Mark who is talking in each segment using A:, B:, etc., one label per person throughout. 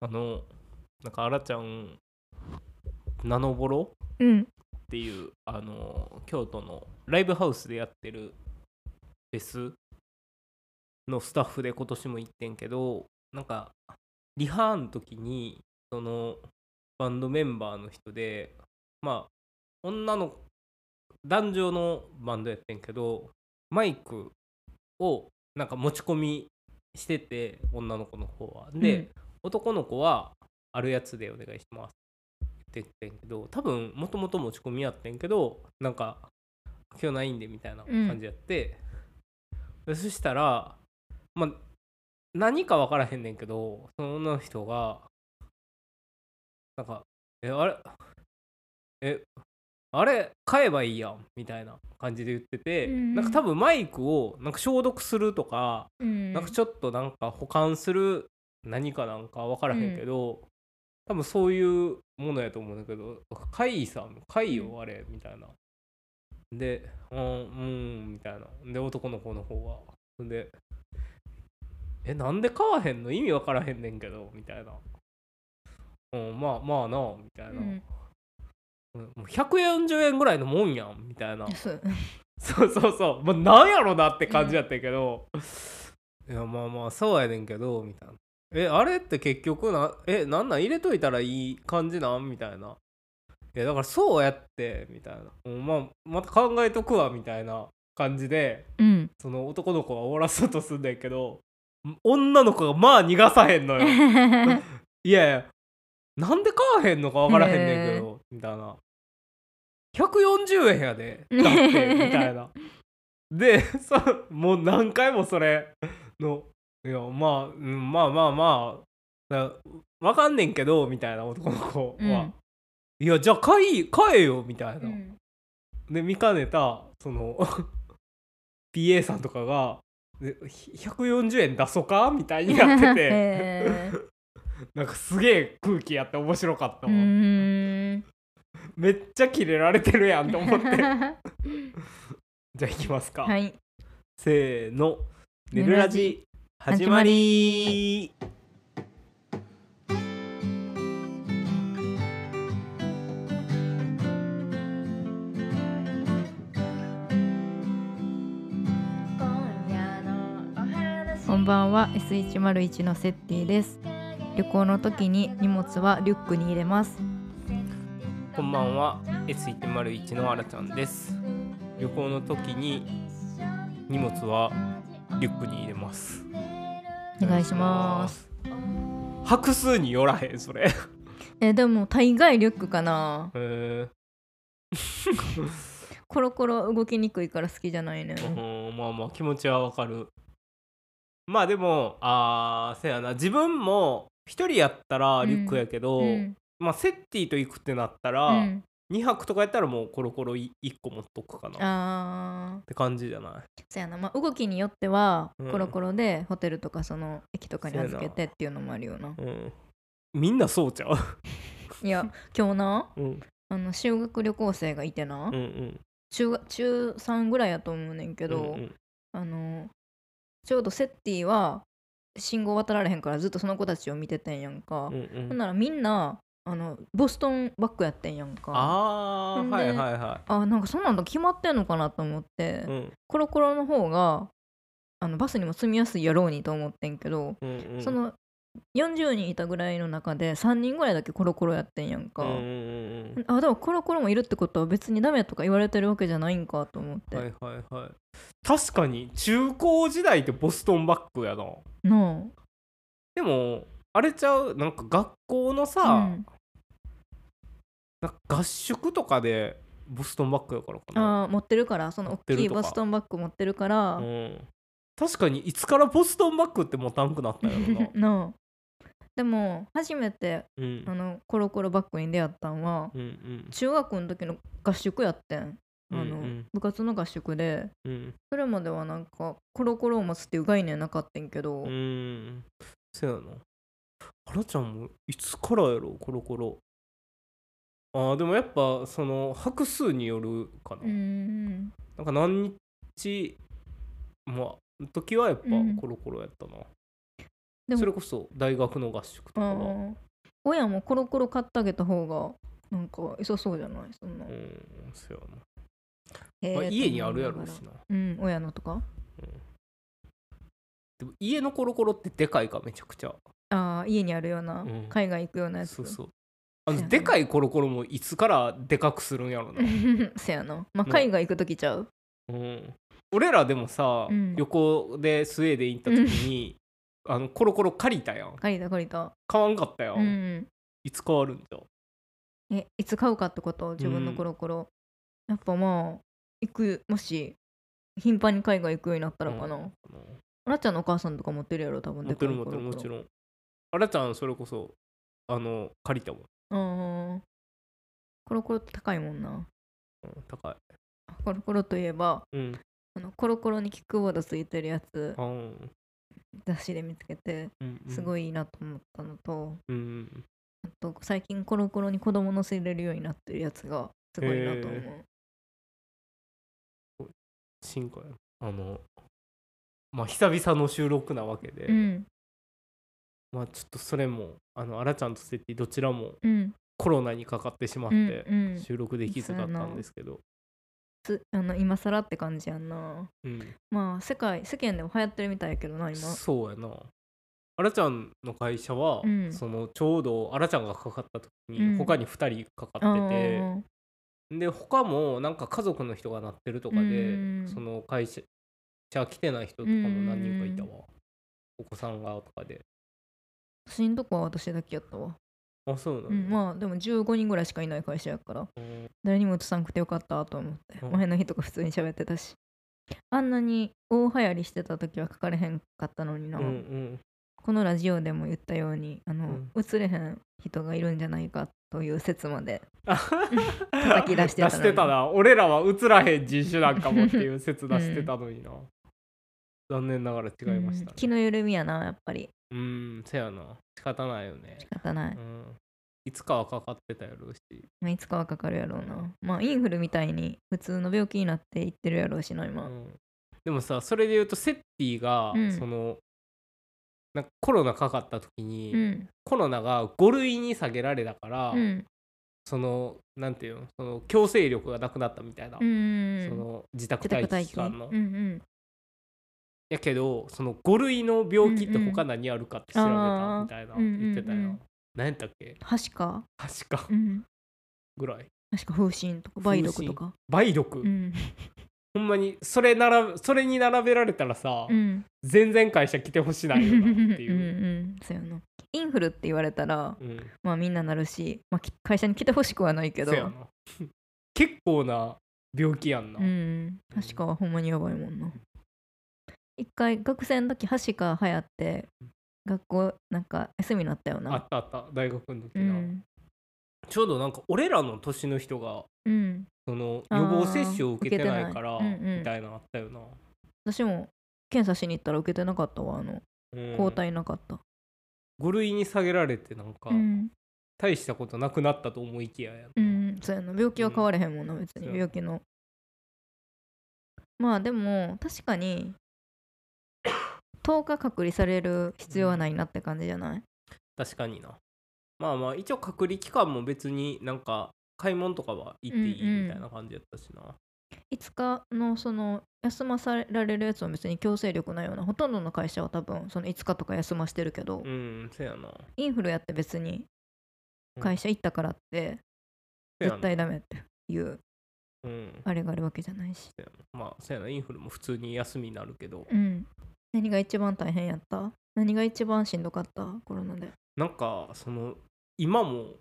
A: あのなんかあらちゃんナノボロ
B: うん
A: っていうあの京都のライブハウスでやってるフェスのスタッフで今年も行ってんけどなんかリハーの時にそのバンドメンバーの人でまあ女の男女のバンドやってんけどマイクをなんか持ち込みしてて女の子の方は。で、
B: うん
A: 男の子はあるやつでお願いしますって言ってんけど多分もともと持ち込みやってんけどなんか今日ないんでみたいな感じやって、でそしたらまあ何か分からへんねんけどその女の人がなんか「えあれえあれ買えばいいやん」みたいな感じで言ってて、
B: うん
A: なんか多分マイクをなんか消毒するとか
B: うん
A: なんかちょっとなんか保管する何かなんか分からへんけど、多分そういうものやと思うんだけど「貝さん貝
B: う
A: よあれ」みたいな。で「うんうん」みたいな。で男の子の方は。で「えなんで買わへんの意味分からへんねんけど」みたいな。うん、まあまあなみたいな、
B: うん
A: うんもう140円ぐらいのもんやんみたいな
B: そう
A: そうそうそう、まあ、なんやろなって感じやったけど、 いやまあまあそうやねんけどみたいなえあれって結局なえなんなん入れといたらいい感じなんみたいないやだからそうやってみたいな、うんまあ、また考えとくわみたいな感じで
B: うん
A: その男の子は終わらそうとすんだけど女の子がまあ逃がさへんの よいやいやなんで買わへんのか分からへんねんけど、みたいな140円やでだってみたいなで そもう何回もそれのいやまあ、うん、まあまあまあだ分かんねんけどみたいな男の子は、いやじゃあ買い買えよみたいな、
B: うん。
A: で見かねたその PA さんとかがでひ140円出そうかみたいになってて
B: へー
A: なんかすげえ空気やって面白かった
B: う
A: わ、
B: ーん
A: めっちゃキレられてるやんと思って じゃあ行きますか、
B: はい
A: せーの「
B: ね
A: ね
B: る
A: る
B: ラ
A: ラ
B: ジ
A: ジ」
B: 始
A: 始
B: ま
A: まり
B: こんばんは S101 のセッティです旅行の時に荷物はリュックに入れます
A: こんばんは S101 のあらちゃんです旅行の時に荷物はリュックに入れます
B: お願いします
A: お願いします拍数によらへんそ れ
B: えでも大概リュックかな
A: え
B: コロコロ動きにくいから好きじゃないね
A: うんまあまあ気持ちはわかるまあでもあーせやな自分も一人やったらリュックやけど、
B: うん
A: まあセッティと行くってなったら、
B: うん
A: 2泊とかやったらもうコロコロ1個持っとくかなっ
B: あー
A: て感じじゃない
B: そやなまあ動きによっては
A: うん
B: コロコロでホテルとかその駅とかに預けてっていうのもあるよ な
A: うんみんなそうちゃう、
B: いや今日な
A: うん、
B: あの修学旅行生がいてな、
A: うんうん
B: 中学中3ぐらいやと思うねんけど、
A: うんうん
B: あのちょうどセッティは信号渡られへんからずっとその子たちを見ててんやんか、
A: うんうん
B: ほんならみんなあのボストンバッグやってんやんか
A: あ
B: ほん
A: ー
B: で
A: はいはいは
B: あなんかそんなんと決まってんのかなと思って、
A: いうん
B: コロコロの方があのバスにも積みやすいやろうにと思ってんけど、
A: うんうん
B: その40人いたぐらいの中で3人ぐらいだけコロコロやってんやんか、
A: うんうんうん
B: あでもコロコロもいるってことは別にダメとか言われてるわけじゃないんかと思って、
A: はいはいはい確かに中高時代ってボストンバッグやな
B: な
A: でもあれちゃうなんか学校のさ、
B: あうん
A: なんか合宿とかでボストンバッグやからかな
B: あー持ってるからその
A: 持っ
B: 大
A: て
B: き
A: る
B: い
A: とか
B: ボストンバッグ持ってるから、
A: うん、確かにいつからボストンバッグって持たんくなったんやろな
B: なあでも初めて
A: うん
B: あのコロコロバッグに出会ったんは
A: うん うん
B: 中学の時の合宿やってんあの、
A: うんうん
B: 部活の合宿で
A: うん
B: それまではなんかコロコロを持つっていう概念なかったんけど、
A: うんそうやなあらちゃんもいつからやろコロコロあーでもやっぱその拍数によるかな、
B: うーん
A: なんか何日まあ時はやっぱ
B: うん
A: コロコロやったな、
B: でも
A: それこそ大学の合宿と
B: う
A: かは、
B: んうん親もコロコロ買ってあげた方がなんか良さそうじゃないそんな、
A: うんそうやな
B: へー
A: まあ、
B: って
A: 家にあるやろう
B: 思
A: し
B: いなが
A: な
B: らうん親のとか
A: でも家のコロコロってでかいからめちゃくちゃ
B: ああ家にあるような、
A: うん
B: 海外行くようなやつ
A: そう そう
B: そ
A: あ
B: うや
A: の
B: ね
A: でかいコロコロもいつからでかくするんやろな、
B: そやなまあ
A: うん
B: 海外行く時ちゃう
A: うん、俺らでもさ、
B: うん
A: 旅行でスウェーデン行った時に、あのコロコロ借りたやん
B: 借りた借りた
A: 買わんかったやん、
B: うん
A: いつ変わるんじゃん
B: えいつ買うかってこと自分のコロコロ、やっぱまあ行くもし頻繁に海外行くようになったらかな、
A: うん
B: あらちゃんのお母さんとか持ってるやろ多分
A: 持ってる
B: で
A: 持っ
B: か
A: て
B: い
A: る
B: コロコロ
A: もちろんあらちゃんそれこそあの借りたもん、
B: うんコロコロって高いもんな
A: うん、高い
B: コロコロといえば
A: うん
B: あのコロコロにキックボードついてるやつ
A: あうん
B: 雑誌で見つけて
A: うん
B: す
A: い
B: ごいいいなと思ったのと、
A: うん
B: あと最近コロコロに子供乗せれるようになってるやつがすごいなと思う、
A: 進化やあのまあ久々の収録なわけで、
B: うん
A: まあちょっとそれもあのあらちゃんとセッティどちらも
B: うん
A: コロナにかかってしまっ
B: うん
A: て
B: うん
A: 収録できずだったんですけど、
B: つあの今更って感じやんな
A: うん、
B: まあ世界世間でも流行ってるみたいやけどな今
A: そうやなあらちゃんの会社は、
B: うん
A: そのちょうどあらちゃんがかかった時
B: うん
A: に他に2人かかってて、
B: あー
A: で他もなんか家族の人がなってるとかで、
B: うん
A: その会社来てない人とかも何人かいたわ、お子さんがとかで
B: 私んとこは私だけやったわ、
A: あそうな
B: うんん、
A: だ
B: まあでも15人ぐらいしかいない会社やから
A: うん
B: 誰にも映さんくてよかったと思って、
A: うん
B: 前の日とか普通に喋ってたしあんなに大流行りしてた時は書かれへんかったのにな、
A: うんうん
B: このラジオでも言ったようにあの、
A: うん
B: 映れへん人がいるんじゃないかという説まで
A: あ
B: 叩き出してたの
A: 出し
B: に
A: てたな俺らは映らへん人種なんかもっていう説出してたのにな、残念ながら違いました
B: うん
A: ね
B: 気の緩みやなやっぱり
A: うん、せやな仕方ないよね
B: 仕方ない、
A: うんいつかはかかってたやろうし
B: まあ、いつかはかかるやろうなまあインフルみたいに普通の病気になっていってるやろうしな今、
A: うんでもさそれで言うとセッティが、
B: うん
A: そのなんかコロナかかった時に、
B: うん
A: コロナが5類に下げられたから、
B: うん
A: そのなんていうのその強制力がなくなったみたいな、
B: うんうん
A: その自宅
B: 自宅
A: 待
B: 待
A: 機
B: 機
A: 期間の。
B: うんうん
A: やけどその5類の病気って
B: うんうん
A: 他何あるかって調べた
B: あー
A: みたいな
B: うんうんうん
A: 言ってたよ。何やったっけ
B: はしか、
A: 確か
B: うん、
A: ぐらい。
B: はしか風疹とか梅毒とか、
A: 梅毒、
B: うん
A: ほんまにそれならそれに並べられたらさ、
B: うん、
A: 全然会社来てほ しないよなってい
B: ん
A: う。
B: うんそうやなインフルって言われたら
A: うん
B: まあみんななるし、まあ、き会社に来てほしくはないけど
A: せやな 結構な病気やんな。
B: うんハシカはほんまにやばいもんな一回学生の時ハシカ流行って学校なんか休みになったよ
A: あ
B: な
A: ったあった大学の時
B: う
A: な、
B: ん
A: ちょうどなんか俺らの年の人が
B: うん
A: その
B: あー
A: 予防接種を受けてないから
B: 受けてないうんうん
A: みたいなのあったよな、
B: 私も検査しに行ったら受けてなかったわあの
A: うん
B: 抗体なかった
A: 5類に下げられてなんか
B: うん
A: 大したことなくなったと思いきややな、
B: うんそうやな病気は変われへんもんな別に
A: うん
B: 病気のまあでも確かに10日隔離される必要はないなって感じじゃない
A: 確かになまあまあ一応隔離期間も別になんか買い物とかは行ってい
B: うんう
A: い
B: ん
A: みたいな感じやったしな、
B: 5日のその休まされるやつは別に強制力ないようなほとんどの会社は多分その5日とか休ましてるけど、
A: うんせやな
B: インフルやって別に
A: うん
B: 会社行ったからって
A: せやな
B: 絶対ダメっていう
A: うん
B: あれがあるわけじゃないし、
A: せやなまあせやなインフルも普通に休みになるけど
B: うん、何が一番大変やった何が一番しんどかったコロナで
A: なんかその今も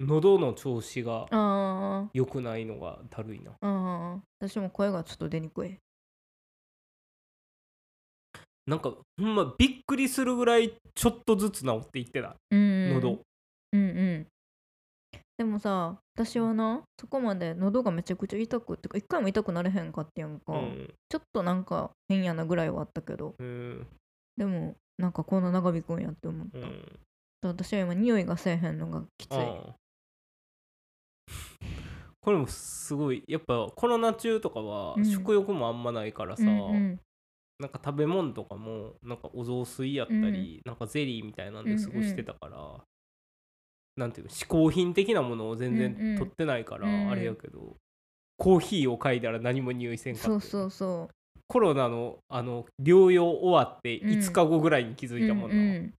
A: 喉の調子が
B: あー
A: 良くないのがだるいな
B: あー私も声がちょっと出にくい
A: なんかほんまびっくりするぐらいちょっとずつ治っていってない、
B: うん
A: 喉
B: うんうんでもさ私はなそこまで喉がめちゃくちゃ痛くってか一回も痛くなれへんかってやんか、
A: うん
B: ちょっとなんか変やなぐらいはあったけど
A: うん
B: でもなんかこんな長引くんやって思っ
A: う
B: た、
A: ん
B: 私は今匂いがせえへんのがきつい
A: ああこれもすごいやっぱコロナ中とかは
B: うん
A: 食欲もあんまないからさ、
B: うんうん
A: なんか食べ物とかもなんかお雑炊やったり、なんかゼリーみたいなんで過ごしてたから、なんていうの嗜好品的なものを全
B: うんう
A: 然
B: ん
A: 取ってないから、
B: うんうん
A: あれやけどコーヒーを嗅いだら何も匂いせんかった
B: そうそうそ
A: コロナのあの療養終わって
B: うん
A: 5日後ぐらいに気づ
B: う、
A: いたもん
B: うん
A: な、
B: うん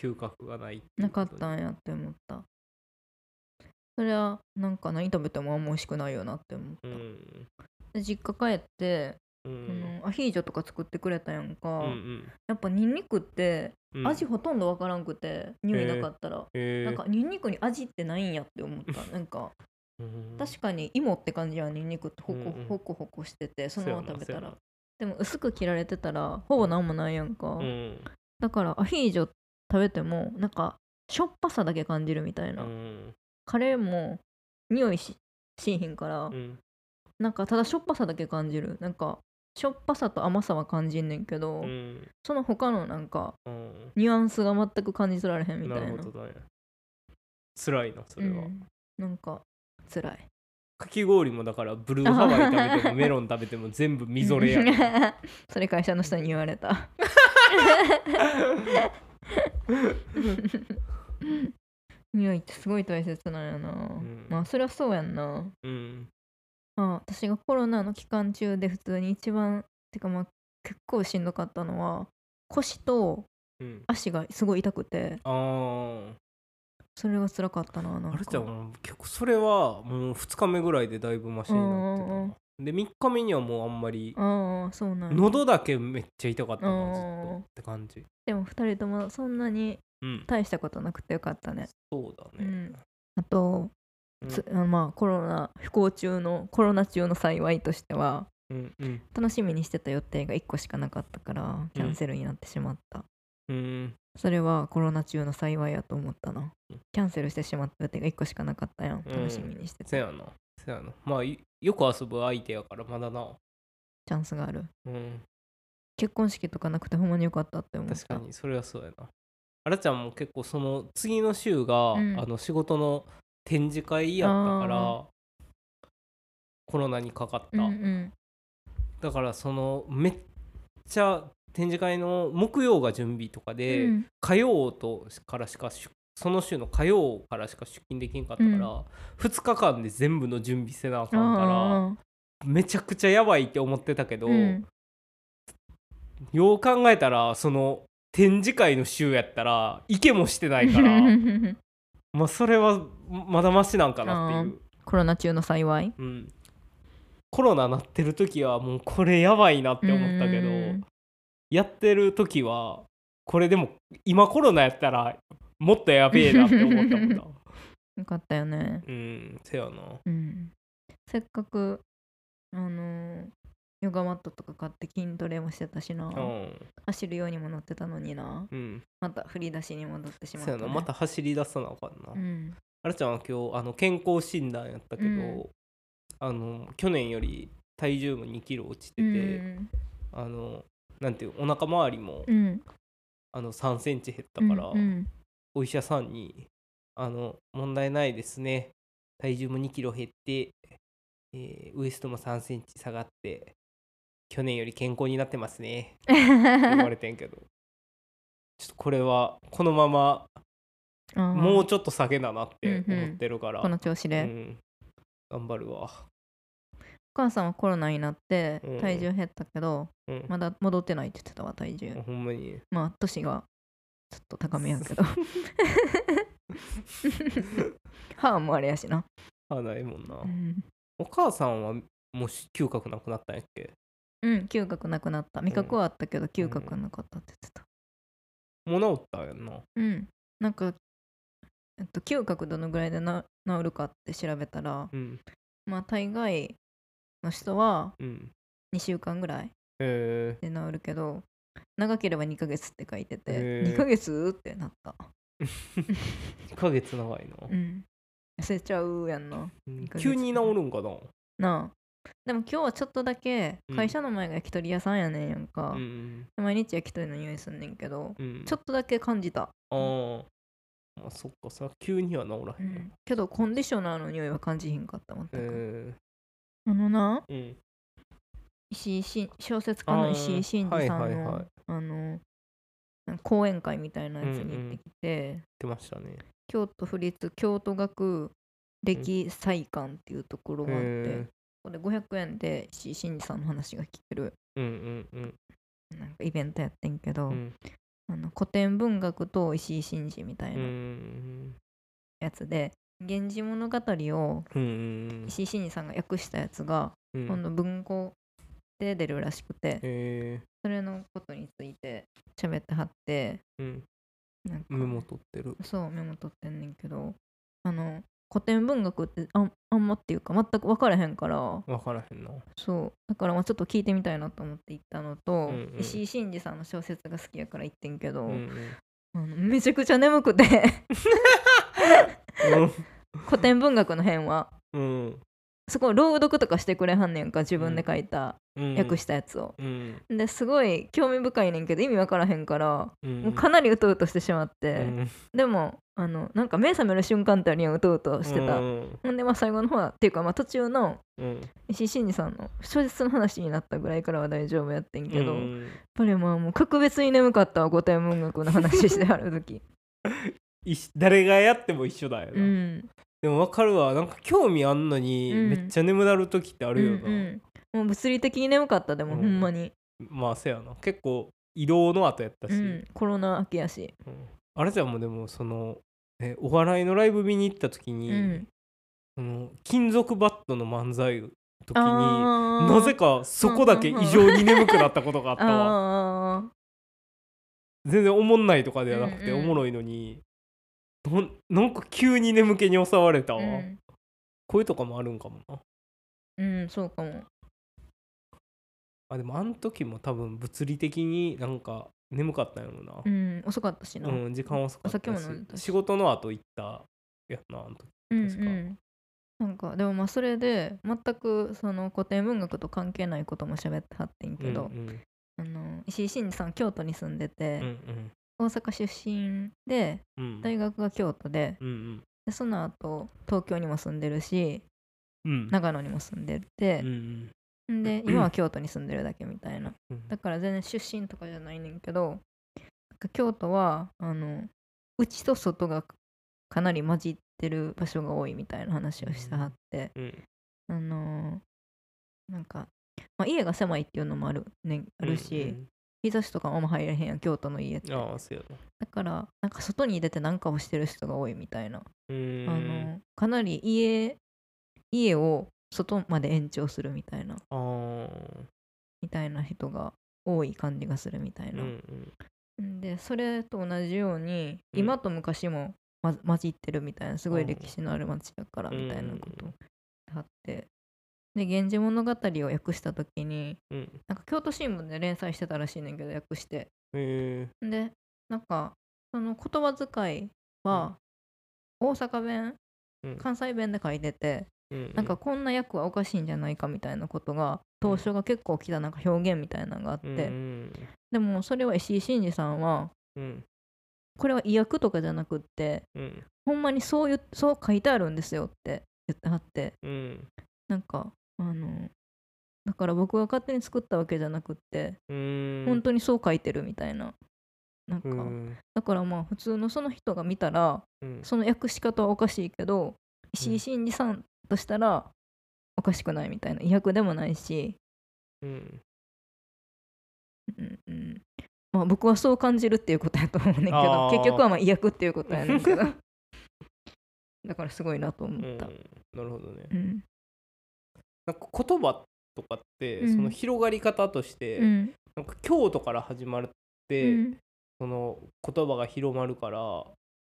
A: 嗅覚がないていう
B: なかっ
A: こと
B: たんやって思ったそれはなんか何食べてもあんま美味しくないよなって思った、
A: に
B: で実家帰って、
A: うんう
B: そ
A: ん
B: のアヒージョとか作ってくれたやんか、
A: うん
B: やっぱニンニクって
A: うん
B: 味ほとんどわからんくて、匂いなかったら、
A: えー
B: なんかニンニクに味ってないんやって思 ったなんか
A: うん
B: 確かに芋って感じやんニンニクってほ
A: うんう
B: こ
A: ん
B: ほこほこしててそのまま食べ
A: そ
B: た
A: うや
B: ら
A: な
B: でも薄く切られてたらほぼなんもないやんか、
A: そうやなうん
B: だからアヒージョ食べてもなんかしょっぱさだけ感じるみたいな、
A: うん
B: カレーも匂いししんひんから、
A: うん
B: なんかただしょっぱさだけ感じるなんかしょっぱさと甘さは感じんねんけど、
A: うん
B: その他のなんか
A: うん
B: ニュアンスが全く感じ取られへんみた
A: ない
B: な
A: るほどだね辛いなそれは、
B: うんなんか辛い
A: かき氷もだからブルーハワイ食べてもメロン食べても全部みぞれやん
B: それ会社の人に言われた 匂いってすごい大切なんやな、
A: ん
B: まあそれはそうやんな
A: うん
B: まあ私がコロナの期間中で普通に一番てかまあ結構しんどかったのは腰と
A: うん
B: 足がすごい痛くて
A: あー
B: それが辛かったななんか
A: あれじゃん結構それはもう2日目ぐらいでだいぶマシになってたな
B: うんうん
A: で3日目にはもうあんまり
B: ああそうなんや
A: 喉だけめっちゃ痛かったなずっ
B: うんう
A: と
B: ん
A: って感じ
B: でも2人ともそんなに
A: うん
B: 大したことなくてよかったね
A: そうだね
B: あと、つあのまあコロナ不幸中のコロナ中の幸いとしては
A: うんうん
B: 楽しみにしてた予定が1個しかなかったからキャンセルになってしまった、
A: うん
B: それはコロナ中の幸いやと思ったな
A: うん
B: キャンセルしてしまった予定が1個しかなかったやん
A: うん
B: 楽しみにして
A: せ
B: た、
A: やなせやなまあいよく遊ぶ相手やからまだな
B: チャンスがある
A: うん
B: 結婚式とかなくてほんまによかったって思った
A: 確かにそれはそうやなあらちゃんも結構その次の週が、
B: うん
A: あの仕事の展示会やったか
B: あ
A: らコロナにかかっ
B: う
A: た、
B: んうん
A: だからそのめっちゃ展示会の木曜が準備とかで、
B: うん
A: 火曜とからしか出その週の火曜からしか出勤できんかったから、
B: う
A: 2日間で全部の準備せなあかんか
B: あ
A: らめちゃくちゃやばいって思ってたけ
B: あ
A: ど、
B: うん
A: よう考えたらその展示会の週やったら行けもしてないから まあそれはまだマシなんかなっていう、
B: コロナ中の幸い
A: うん、コロナなってる時はもうこれやばいなって思ったけど、
B: うん
A: やってる時はこれでも今コロナやったらもっとやべえなって思ったもん な
B: よかったよね
A: うんせやな
B: うんせっかくあのーヨガマットとか買って筋トレもしてたしな、
A: うん
B: 走るようにも乗ってたのにな
A: うん
B: また振り出しに戻ってしまっ
A: せ
B: た、
A: や
B: ね、
A: なまた走り出さなあかんな、
B: うん
A: あらちゃんは今日あの健康診断やったけど、
B: うん
A: あの去年より体重も2キロ落ちてて、
B: うん
A: あのなんていうお腹周りも、
B: うん
A: あの3センチ減ったから、
B: うんうん
A: お医者さんに「あの問題ないですね体重も2キロ減って、えーウエストも3センチ下がって去年より健康になってますね」って言われてんけ どちょっとこれはこのまま
B: あー
A: もうちょっと下げだなって思ってるから、
B: この調子で、
A: うん頑張るわ、
B: お母さんはコロナになって
A: うん
B: 体重減ったけど、
A: うん
B: まだ戻ってないって言ってたわ体重、
A: ほんまに
B: まあ年がちょっと高めやけ ど 歯もあれやしな、
A: 歯ないもんな、
B: うん
A: お母さんはもし嗅覚なくなったんやっけ
B: うん嗅覚なくなった味覚はあったけど嗅覚はなかったって言ってた
A: もう治ったんやんな
B: うんなんか、えっと、嗅覚どのぐらいでな治るかって調べたら
A: うん
B: まあ大概の人は
A: うん
B: 2週間ぐらい
A: え
B: で治るけど長ければ2ヶ月って書いてて、
A: へー
B: 2ヶ月ってなった
A: ー、2ヶ月長いな
B: う、ん痩せちゃうやんな
A: うん
B: 二ヶ月
A: 急に治るんかな
B: なあでも今日はちょっとだけ
A: うん
B: 会社の前が焼き鳥屋さんやねんやんか
A: う、ん
B: 毎日焼き鳥の匂いすんねんけど
A: うん
B: ちょっとだけ感じた、
A: あーまあそっかさ急には治ら
B: う
A: へんな、
B: ん、けどコンディショナーの匂いは感じひんかった全く、
A: え
B: あのな
A: ーうん
B: 石井し小説家の石井真二さんの、
A: はいはいはい
B: あのなんか講演会みたいなやつに行ってきて、
A: てましたね
B: 京都府立京都学歴祭館っていうところがあって、
A: へ
B: ここで500円で石井真二さんの話が聞ける
A: ーうんうん
B: なんかイベントやってんけど、
A: うんうん
B: あの古典文学と石井真二みたいな
A: うん
B: やつで「源氏物語」を
A: うんうん
B: 石井真二さんが訳したやつが
A: うん
B: 今度文庫で出るらしくて
A: え
B: それのことについて喋ってはって
A: ーうん
B: なんか
A: メモ取ってる
B: そうメモ取ってんねんけどあの古典文学ってあんあんまっていうか全く分からへんから
A: 分からへんな
B: そうだからまあちょっと聞いてみたいなと思って行ったのと、
A: うんうん
B: 石井真二さんの小説が好きやから行ってんけど、
A: うんうん
B: あのめちゃくちゃ 眠くて古典文学の辺は
A: うん
B: すごい朗読とかしてくれはんねんか自分で書いた、
A: うん
B: 訳したやつを。
A: うん
B: ですごい興味深いねんけど意味わからへんから
A: うん
B: もうかなりうとうとしてしまって、
A: うん
B: でもあのなんか目覚める瞬間ってあるやんうとうとしてた、
A: うん
B: ほんでまあ最後の方はっていうかまあ途中の
A: うん
B: 石井真二さんの小説の話になったぐらいからは大丈夫やってんけど、
A: う
B: やっ
A: ん
B: ぱりまあもう格別に眠かったわ古典文学の話してはる時
A: いし誰がやっても一緒だよ
B: う
A: なん でも分かるわなんか興味あんのに
B: うん
A: めっちゃ眠なる時ってあ
B: あ
A: るよ
B: うん
A: な
B: うんもう物理的に眠かったでも、
A: うん
B: ほんまに、
A: まあせやな結構移動の後やったし、
B: う
A: うん
B: ん、コロナ明けやし、
A: あれじゃんもうでもそのえお笑いのライブ見に行った時に、
B: うん、
A: その金属バットの漫才の時に
B: あー
A: なぜかそこだけ異常に眠くなったことがあったわ
B: あ
A: 全然おもんないとかではなくて
B: うん
A: お
B: うん
A: もろいのに、なんなんか急に眠気に襲われた
B: ー
A: わ、
B: うん
A: 声とかもあるんかもな
B: うん、そうかも。
A: あでもあの時も多分物理的になんか眠かったんやろな
B: う、ん、遅かったしな。
A: うん時間遅かった
B: お
A: し
B: 酒も飲んだし
A: 仕事の後行ったやんなあの時
B: うん
A: 確か
B: うんなんかでもまあそれで全くその古典文学と関係ないことも喋ってはってんけど、
A: うん
B: あの石井真二さん京都に住んで
A: うんう
B: て、
A: ん
B: 大阪出身で
A: うん
B: 大学が京都で
A: うんうん
B: でその後東京にも住んでるし
A: うん
B: 長野にも住んでて
A: う、ん
B: んで今は京都に住んでるだけみたいな
A: うん
B: だから全然出身とかじゃないねんけどなんか京都はあの内と外がかなり混じってる場所が多いみたいな話をしてはって、
A: うん
B: あのーなんか、まあ、家が狭いっていうのもある,、ね、あるし、日差しとかもあんま入れへんやん京都の家って
A: うんうんああそうやな
B: だからなんか外に出て何かをしてる人が多いみたいな、
A: うー
B: あ
A: ん
B: のかなり家家を外まで延長するみたいな
A: あー
B: みたいな人が多い感じがするみたい
A: うん
B: な。
A: うん
B: でそれと同じように、
A: うん
B: 今と昔もま混じってるみたいなすご
A: う
B: い
A: ん
B: 歴史のある町だからみたいなこと
A: う
B: をあって、で「源氏物語」を訳した時に
A: うん
B: なんか京都新聞で連載してたらしいねんけど訳して
A: へえ
B: でなんかその言葉遣いは大阪弁、
A: うん
B: 関西弁で書いてて、なんかこんな訳はおかしいんじゃないかみたいなことが当初が結構来たなんか表現みたいなのがあって、
A: うんうん
B: でもそれは石井真二さんは
A: うん
B: これは意訳とかじゃなくって
A: うん
B: ほんまにそういうそう書いてあるんですよって言ってはって
A: うん
B: なんかあのだから僕が勝手に作ったわけじゃなくって
A: うん
B: 本当にそう書いてるみたいななんか、
A: うん
B: だからまあ普通のその人が見たら
A: うん
B: その訳し方はおかしいけど石井真二さんとしたらおかしくないみたいな意訳でもないし、
A: うん
B: うんうんまあ、僕はそう感じるっていうことやと思うねんけ
A: あ
B: ど
A: ー
B: 結局はまあ意訳っていうことやね んけどだからすごいなと思
A: うん
B: った。
A: なるほどね
B: うん
A: なんか言葉とかって、
B: うん
A: その広がり方として、
B: うん
A: なんか京都から始まるって、
B: うん
A: その言葉が広まるから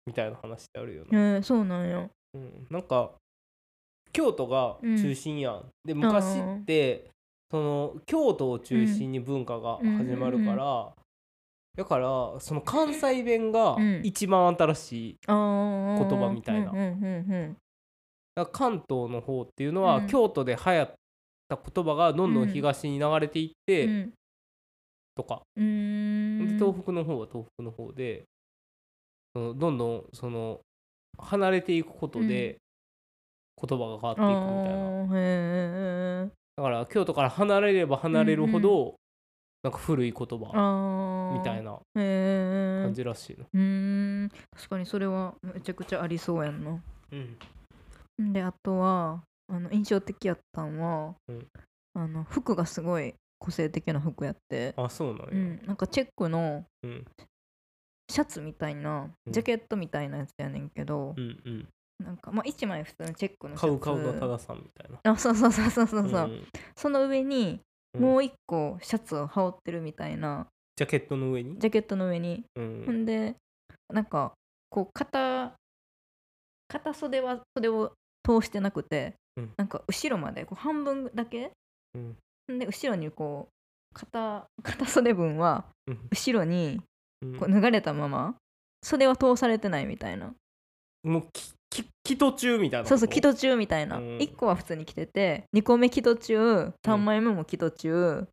A: みたいな話ってあるよ
B: え
A: な、
B: ーそうなんや。
A: うんなんか京都が中心やん、で昔ってその京都を中心に文化が始まるから、だからその関西弁が
B: うん
A: 一番新しい、
B: あー
A: 言葉みたいな
B: うんうんうん
A: だから関東の方っていうのは、
B: うん
A: 京都で流行った言葉がどんどん東に流れていっ
B: う
A: て、
B: ん
A: とか
B: うんうー
A: で
B: ん
A: 東北の方は東北の方でそのどんどんその離れていくことで言葉が変わっていくみたいな、
B: あーへ
A: だから京都から離れれば離れるほど、なんか古い言葉
B: ああ
A: みたいな
B: へ
A: 感
B: え
A: じらしいな、
B: うーん確かにそれはめちゃくちゃありそうやんな
A: うん
B: であとはあの印象的やったんは、
A: うん
B: あの服がすごい個性的な服やって、
A: あそうなんや、
B: うん、なんかチェックの
A: うん
B: シャツみたいな
A: うん
B: ジャケットみたいなやつやねんけど
A: う、んうん
B: なんかまあ1枚普通のチェックのシャ
A: 買
B: ツ
A: う買うのたださんみたいな
B: あそうそうそうそうそうそう、
A: ん
B: その上に
A: うん
B: もう1個シャツを羽織ってるみたいな
A: ジャケットの上に
B: ジャケットの上に
A: う
B: ほ
A: ん
B: んでなんかこう肩片袖は袖を通してなくて、
A: うん
B: なんか後ろまでこう半分だけ
A: うん
B: ほんで後ろにこう片片袖分は
A: うん
B: 後ろに
A: うん
B: こう脱がれたまま袖は通されてないみたいな
A: もうききき途中みたいな
B: そうそう
A: き
B: 着途中みたいな、
A: うん
B: 1個は普通に着てて2個目着途中3枚目も着途中、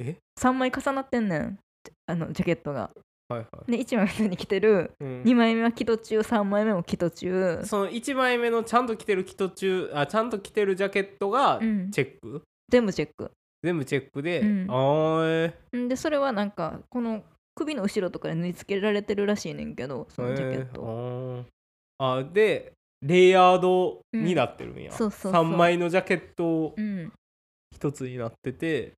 A: え
B: 3枚重なってんねんあのジャケットが
A: はいはい、
B: で1枚普通に着てる
A: うん
B: 2枚目は着途中3枚目も着途中
A: その1枚目のちゃんと着てる着途中あちゃんと着てるジャケットが
B: うん
A: チェック、
B: 全部チェック
A: 全部チェックで、
B: うん
A: あーえ
B: んでそれはなんかこの首の後ろとかで縫い付けられてるらしいねんけどそのジャケッ
A: え
B: ト、
A: ーあーあでレイヤードになってるんや、
B: うんそうそうそ
A: 3
B: う
A: 枚のジャケット
B: うん
A: 1つになってて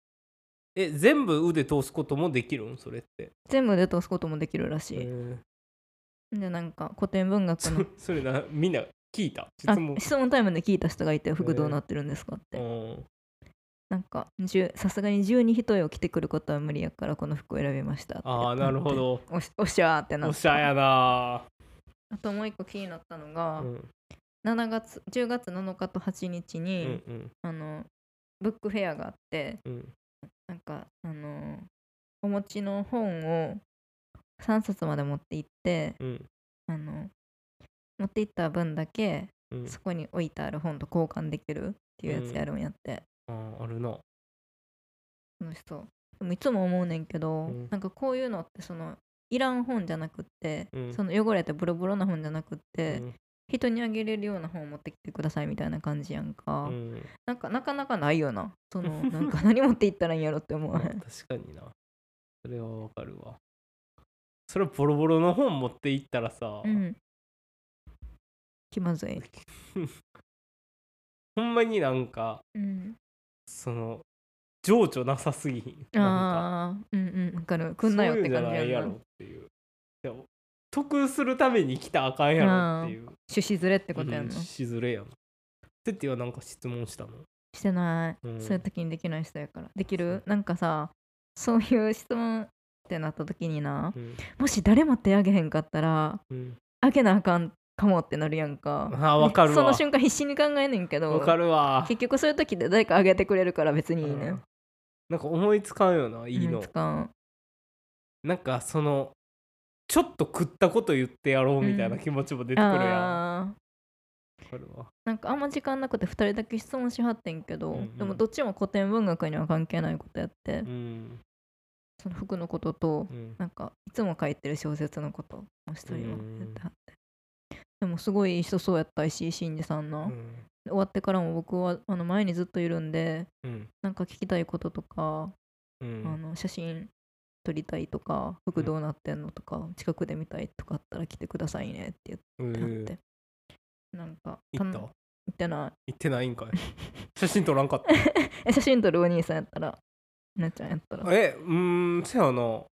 A: え全部腕通すこともできるんそれって、
B: 全部で通すこともできるらしい、
A: え
B: でなんか古典文学の
A: ー それなみんな聞いた質
B: あ
A: 問
B: 質問タイムで聞いた人がいて服どうなってるんですかって、
A: うん
B: なんか10さすがに十二人重を着てくることは無理やからこの服を選びましたって
A: ああなるほど
B: おしおっしゃーってな
A: お
B: っ
A: しゃやな
B: あともう一個気になったの
A: ー
B: が、
A: うん
B: 7月10月7日と8日
A: う
B: に、
A: んうん
B: あのブックフェアがあって
A: うん
B: なんかあのお持ちの本を3冊まで持って行って
A: うん
B: あの持って行った分だけ
A: うん
B: そこに置いてある本と交換できるっていうやつやるんやって、
A: あーあるな
B: 楽しそうでもいつも思うねんけど、
A: うん
B: なんかこういうのってそのいらん本じゃなくって、
A: うん
B: その汚れてボロボロな本じゃなくって、
A: うん
B: 人にあげれるような本を持ってきてくださいみたいな感じやんか、
A: うん
B: なんかなかなかないよなそのなんか何持っていったらいいんやろって思
A: ま
B: わ
A: あ
B: へ
A: 確
B: ん
A: かになそれはわかるわそれボロボロの本持っていったらさ、
B: うん気まずい、
A: ほんまになんか
B: うん、
A: その情緒なさすぎひんなんか
B: ああうんうんわかるくんなよって感じ
A: そういうんじゃない
B: や
A: や
B: ん
A: ろっ
B: な
A: ていうでも得するために来たらあかんやろっていう
B: 趣旨ずれってことやん
A: うん
B: な、
A: しずれやなてってはなんか質問したの
B: してない、
A: うん
B: そういう時にできない人やからでき
A: そ
B: る
A: う
B: なんかさそういう質問ってなった時にな
A: うん
B: もし誰も手あげへんかったら
A: うん
B: あげなあかんかもってなるやんか
A: あーわかるわ
B: その瞬間必死に考えねんけど
A: わかるわ
B: 結局そういう時で誰かあげてくれるから別にいいね
A: うんなんか思いつかんよないいの、
B: うん使う
A: なんかそのちょっと食ったこと言ってやろうみたいな気持ちも出てくるやん、わ
B: あー
A: かるわ
B: なんかあんま時間なくて2人だけ質問しはってんけど、
A: うんうん
B: でもどっちも古典文学には関係ないことやって、
A: うん
B: その服のことと、
A: うん
B: なんかいつも書いてる小説のことも一人は
A: うん
B: やってはってでもすごい人そうやった石井真二さんの、
A: うん
B: 終わってからも僕はあの前にずっといるんで
A: うん
B: なんか聞きたいこととか、
A: うん
B: あの写真撮りたいとか服どうなってんのとか、近くで見たいとかあったら来てくださいねって言
A: うん
B: ってはって、なんかた
A: 行った
B: 行ってない
A: 行ってないん かい写真撮らんかった
B: え写真撮るお兄さんやったらなっちゃんや ったら
A: えうーんせやな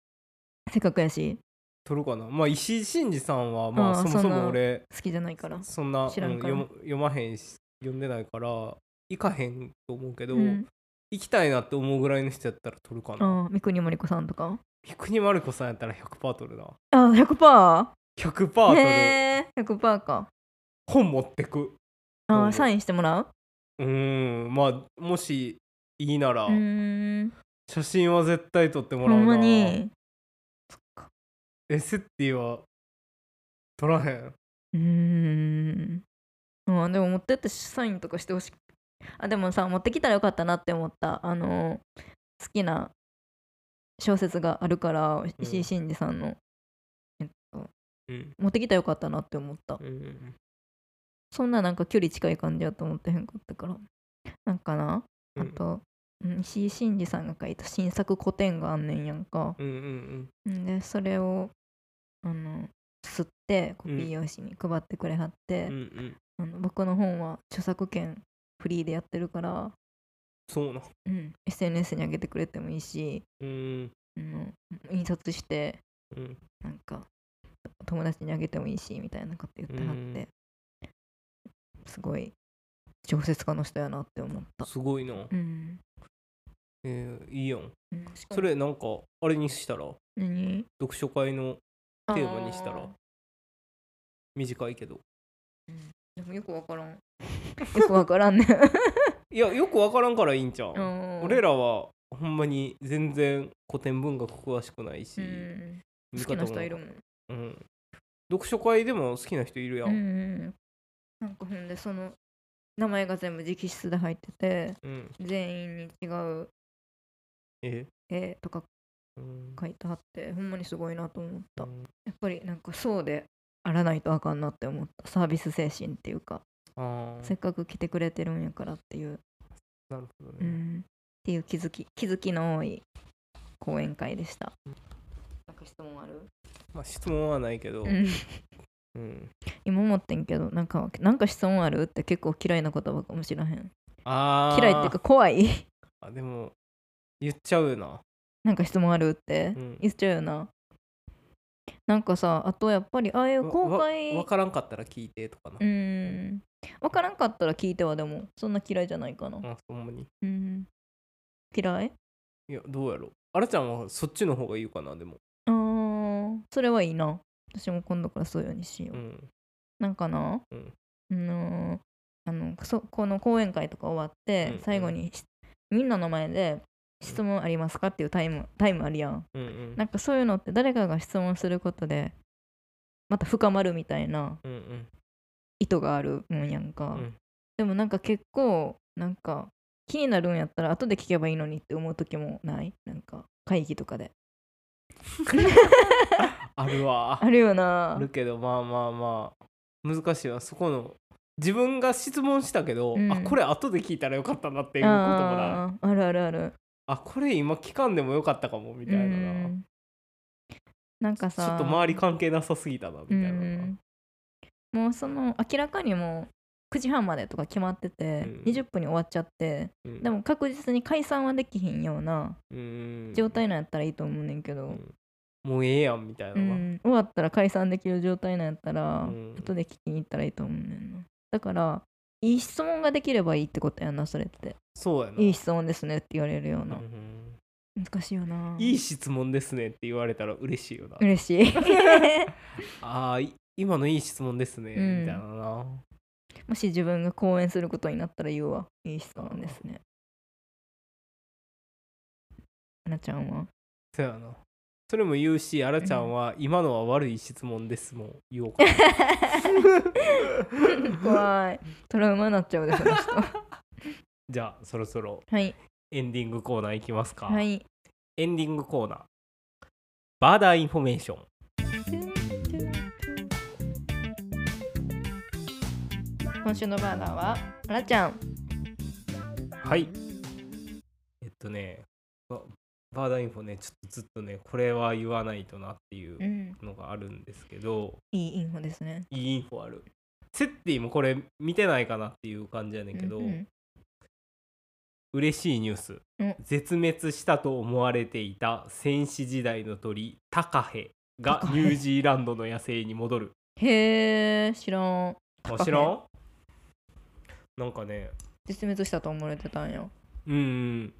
B: せっかくやし
A: 撮るかなまあ石井真二さんはまあ
B: ああ
A: そもそ
B: そんな
A: も俺
B: 好きじゃないから
A: そんな
B: 知らんから
A: うん読む読まへんし読んでないから行かへんと思うけど、
B: うん、
A: 行きたいなって思うぐらいの人やったら撮るかな
B: ああ三国まりこさんとか
A: 三国まる子さんやったら100%撮るな
B: ああ 100%?
A: 100%撮る
B: へえ100%か
A: 本持ってく
B: あ
A: どう
B: ー
A: ぞ
B: サインしてもらう
A: うーんまあもしいいなら
B: うーん
A: 写真は絶対撮っても
B: ほ
A: らうん
B: ま
A: な
B: に
A: えセッティは撮らへん
B: うーんあーでも持ってってサインとかしてほしいあでもさ持ってきたらよかったなって思ったあの好きな小説があるから石井真二さんの、えっと
A: うん
B: 持ってきたらよかったなって思った
A: うん
B: そんななんか距離近い感じやと思ってへんかったからなんかなあと、うん、石井真二さんが書いた新作古典があんねんやんか、
A: うんうん
B: んでそれをあの吸ってコピー用紙に配ってくれはって
A: うんう、んうん
B: あの僕の本は著作権フリーでやってるから、
A: そうな
B: うん、SNS に上げてくれてもいいし、
A: うん
B: うん、印刷して
A: うん
B: なんか友達にあげてもいいしみたいなこと言ってはって、すごい小説家の人やなって思った。
A: すごいな、
B: うん
A: えーいいやん
B: うん、
A: それなんかあれにしたら
B: 何
A: 読書会のテーマにしたら
B: あー
A: 短いけど
B: でもよくわからん よくわからんね、
A: いやよくわからんからいいんちゃう、
B: うん、
A: 俺らはほんまに全然古典文学詳しくないうし、
B: ん、
A: 見方も
B: 好きな人いるもん
A: うん、読書会でも好きな人いるやん、
B: うんうんなんかほんでその名前が全部直筆で入ってて
A: うん
B: 全員に違う
A: え
B: 絵とか
A: うん
B: 書いてあってほんまにすごいなと思った
A: うん
B: やっぱりなんかそうであらないとあかんなって思ったサービス精神っていうか
A: あー
B: せっかく来てくれてるんやからっていう、
A: なるほど
B: う
A: ね、
B: ん、っていう気づき気づきの多い講演会でしたなんか質問ある、
A: まあ質問はないけど、
B: うん
A: うん
B: 今思ってんけどなんかなんか質問あるって結構嫌いな言葉かもしらへん
A: ああ
B: 嫌いっていうか怖い
A: あでも言っちゃうよな
B: なんか質問あるって、
A: うん
B: 言っちゃうよななんかさあとやっぱりああいう公開
A: 分からんかったら聞いてとかな、
B: うん分からんかったら聞いてはでもそんな嫌いじゃないかな、
A: あほんまに
B: うん、嫌い
A: いやどうやろうあらちゃんはそっちの方がいいかなでも
B: あーそれはいいな私も今度からそういうようにしよう、
A: うん
B: なんかな、
A: うん
B: あのーあのそこの講演会とか終わって、
A: うん
B: 最後にしみんなの前で質問ありますかっていうタイムタイムあるやん
A: うんうん
B: なんかそういうのって誰かが質問することでまた深まるみたいな
A: うんうん
B: 意図があるもんやんか、
A: うん
B: でもなんか結構なんか気になるんやったら後で聞けばいいのにって思う時もないなんか会議とかで
A: あるわ
B: あるよな
A: あるけどまあまあまあ難しいわそこの自分が質問したけど、
B: うん
A: あこれ後で聞いたらよかったなっていうこともない
B: あーあるあるある
A: あこれ今聞かんでもよかったかもみたいなな
B: う
A: ち
B: んなんかさ
A: ょっと周り関係なさすぎたなみたいなな
B: うんもうその明らかにもう9時半までとか決まってて、
A: うん
B: 20分に終わっちゃって
A: うん
B: でも確実に解散はできひんような
A: うん
B: 状態なんやったらいいと思うねんけど、
A: うんもうええやんみたいな
B: う
A: な、
B: ん終わったら解散できる状態なんやったら、
A: うん
B: 後で聞きに行ったらいいと思うねんなだからいい質問ができればいいってことやんなそれって
A: そうやない
B: い質問ですねって言われるような
A: う、ん
B: 難しいよない
A: い質問ですねって言われたら嬉しいよな、
B: 嬉し い
A: あーい今のいい質問ですね、
B: うん
A: みたいなな
B: もし自分が講演することになったら言うわ。いい質問ですね。あなちゃんは
A: そうやなそれも言うしあらちゃんは、今のは悪い質問ですもん言おう かな
B: 怖い。トラウマになっちゃうで、その人。 は
A: じゃあそろそろ
B: い。
A: エンディングコーナーいきますか、
B: はい。
A: エンディングコーナーバーダーインフォメーション
B: 今週のバーナーは、あなちゃん。
A: はいえっとねババーダーインフォねちょっとずっとねこれは言わないとなっていう
B: うん。
A: のがあるんですけど
B: いいインフォですね。
A: いいインフォあるセッティもこれ見てないかなっていう感じやねんけど、
B: うんうん
A: 嬉しいニュース
B: うん
A: 絶滅したと思われていた戦死時代の鳥タカヘが
B: タカヘ
A: ニュージーランドの野生に戻る
B: へえ、知らん。
A: あ
B: タカヘ
A: 知らんなんかね
B: 絶滅したと思われてたんや。
A: うんうんえっ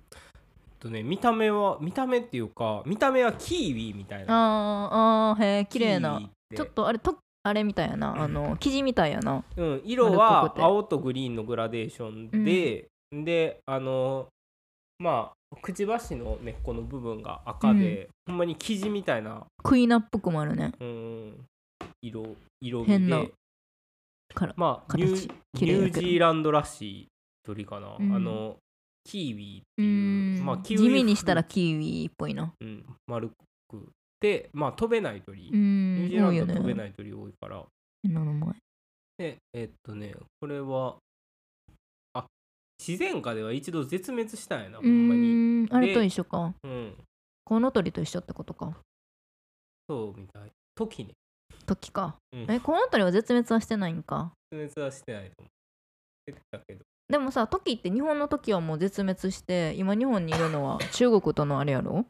A: とね見た目は見た目っていうか見た目はキーウィみたいな
B: あーあー、へえ、綺麗
A: キ
B: な
A: ーウィ。て
B: ちょっとあれ、とあれみたいやな。あ の、生地みたいやな。
A: うん、色
B: 丸っ
A: は
B: ぽくて
A: 青とグリーンのグラデーションで、であのまあくちばしの根っこの部分が赤で、ほんまに生地みたいな、
B: クイナっぽくもあるね。
A: うん、色色味で
B: 変なから
A: まあニュ
B: 形
A: ー
B: 綺
A: ニ
B: 麗
A: ュ
B: や
A: ージ
B: けど
A: ーランドらしい鳥かな、
B: うん
A: あのキーウィって
B: う
A: い
B: ー
A: う、
B: ん
A: まあ、キ
B: 地
A: ウイ
B: 味にしたら、キウイっぽいな。
A: うん、丸くてまあ飛べない鳥、
B: うー
A: ニュー
B: ん
A: ジーラ
B: 多いよ
A: ンド
B: ね。
A: 飛べない鳥多いから、
B: 変な名前。
A: で、えっとね、これは、あ、自然界では一度絶滅したんやなほ
B: うん
A: まに
B: んあれ
A: で
B: と一緒か
A: うん
B: コウノトリと一緒ってことか
A: そうみたい時ね
B: 時か、
A: うん
B: えコウノトリは絶滅はしてないんか
A: 絶滅はしてないと思う出てたけど
B: でもさ時って日本の時はもう絶滅して今日本にいるのは中国とのあれやろ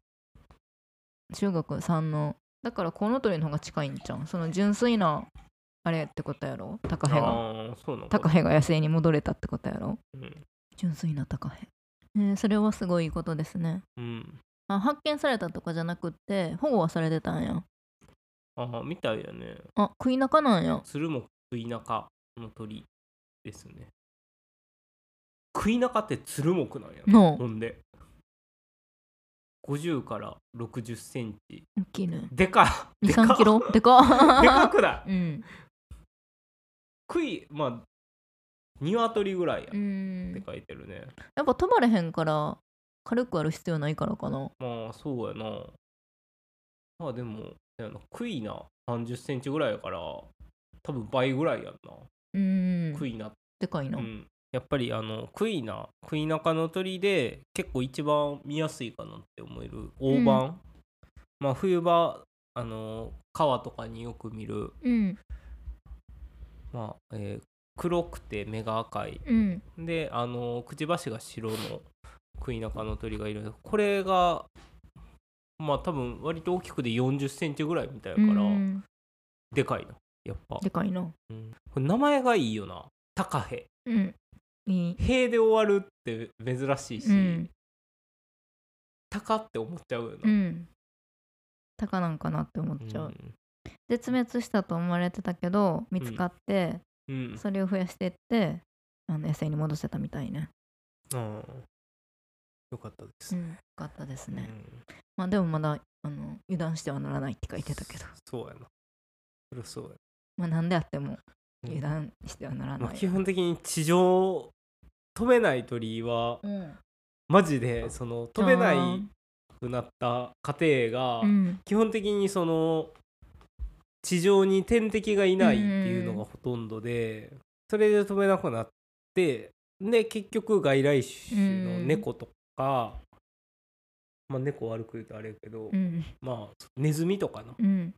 B: 中国産のだからコウノトリの方が近いんじゃんその純粋なあれってことやろタカヘが
A: ああそうなの
B: タカ
A: か
B: ヘが野生に戻れたってことやろ
A: な
B: 純粋なタカヘ、えーそれはすごいことですね
A: うん、うん、
B: あ発見されたとかじゃなくって保護はされてたんや
A: ああみたいやね
B: あ食い仲なんや
A: 鶴も食い中の鳥ですね食い中って鶴目なんやな
B: の
A: ほんで50から60センチ
B: 大きいね
A: でかっでかっ
B: 23キロ で
A: でか
B: か
A: くない
B: っうん
A: 食いまあ鶏ぐらいや
B: う
A: っ
B: ん
A: て書いてるね、
B: やっぱ飛ばれへんから軽くある必要ないからかな
A: まあそうやなまあでもせやなクイナ30センチぐらいやから多分倍ぐらいやんな、
B: うん
A: クイナ
B: でかいな、
A: うん、やっぱりあのクイナクイナ科の鳥で結構一番見やすいかなって思える大判、まあ冬場あの川とかによく見る、
B: うん
A: まあえー黒くて目が赤い
B: うん
A: であのくちばしが白のクイナ科の鳥がいるこれがまあ多分割と大きくて4 0センチぐらいみたいやから、
B: うん
A: でかいなやっぱ、
B: でかいな
A: うんこれ名前がいいよなタカヘ
B: うんいい
A: 塀で終わるって珍しいし、
B: うん
A: タカって思っちゃうよな、
B: うんタカなんかなって思っちゃう、
A: うん
B: 絶滅したと思われてたけど見つかって、
A: うん
B: それを増やしてってあの野生に戻せたみたいね、
A: うんよかったです
B: う
A: ね、
B: ん、よかったです
A: う
B: ね、
A: ん
B: まあでもまだあの油断してはならないって書いてたけど、
A: そそうやなそりゃそうや
B: まあ何であっても
A: うん
B: 油断してはなら
A: ま
B: な
A: あ、
B: い、
A: 基本的に地上飛べない鳥は
B: うん
A: マジでその飛べないくなった家庭が、
B: うん
A: 基本的にその地上に天敵がいないっていうのがほとんどで、それで飛べなくなってで結局外来種の猫とか、まあ猫悪く言うとあれやけど、
B: うん
A: まあネズミとかな
B: うん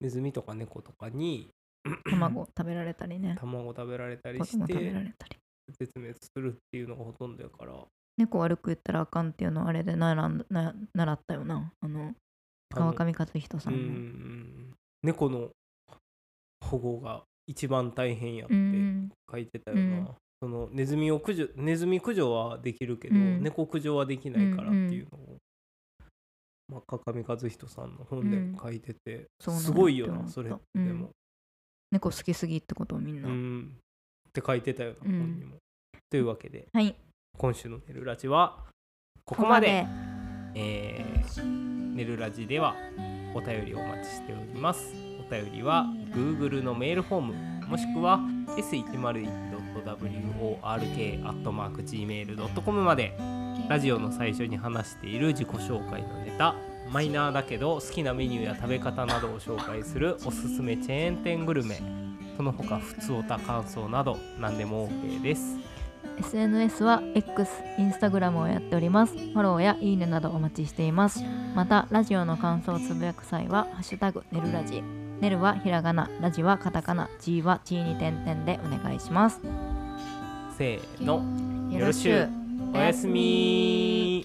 A: ネズミとか猫とかに
B: 卵食べられたりね
A: 卵食べられたり
B: 子
A: し
B: 供食べら
A: て
B: れたり
A: 絶滅するっていうのがほとんどやから
B: 猫悪く言ったらあかんっていうのはあれで習んな習ったよなあの
A: あの
B: 川上克人さ
A: うんうん
B: の
A: ん猫の保護が一番大変やっ
B: う
A: て
B: ん
A: 書いてたよな、
B: うん
A: そのネズミを駆除ネズミ駆除はできるけど、
B: うん
A: 猫駆除はできないからっていうのを、まあ、川上和人さんの本
B: うん
A: で書いてて、
B: そうなんや
A: すごいよ
B: って
A: な
B: 思った
A: それで
B: うん
A: も、
B: 猫好きすぎってことをみん
A: うん
B: な、
A: って書いてたよな
B: うん
A: 本にも。というわけで
B: はい
A: 今週の「ネルラジ」はここまで。えー、ネルラジではお便りをお待ちしておりますお便りは Google のメールフォームもしくは s101.work.gmail.com までラジオの最初に話している自己紹介のネタマイナーだけど好きなメニューや食べ方などを紹介するおすすめチェーン店グルメその他普通おた感想など何でも OK です
B: SNS は X、インスタグラムをやっております。フォローやいいねなどお待ちしています。また、ラジオの感想をつぶやく際は、ハッシュタグ、ねるラジ。ねるはひらがな、ラジはカタカナ、G は G に点々でお願いします。
A: せーのよろしゅうおやすみ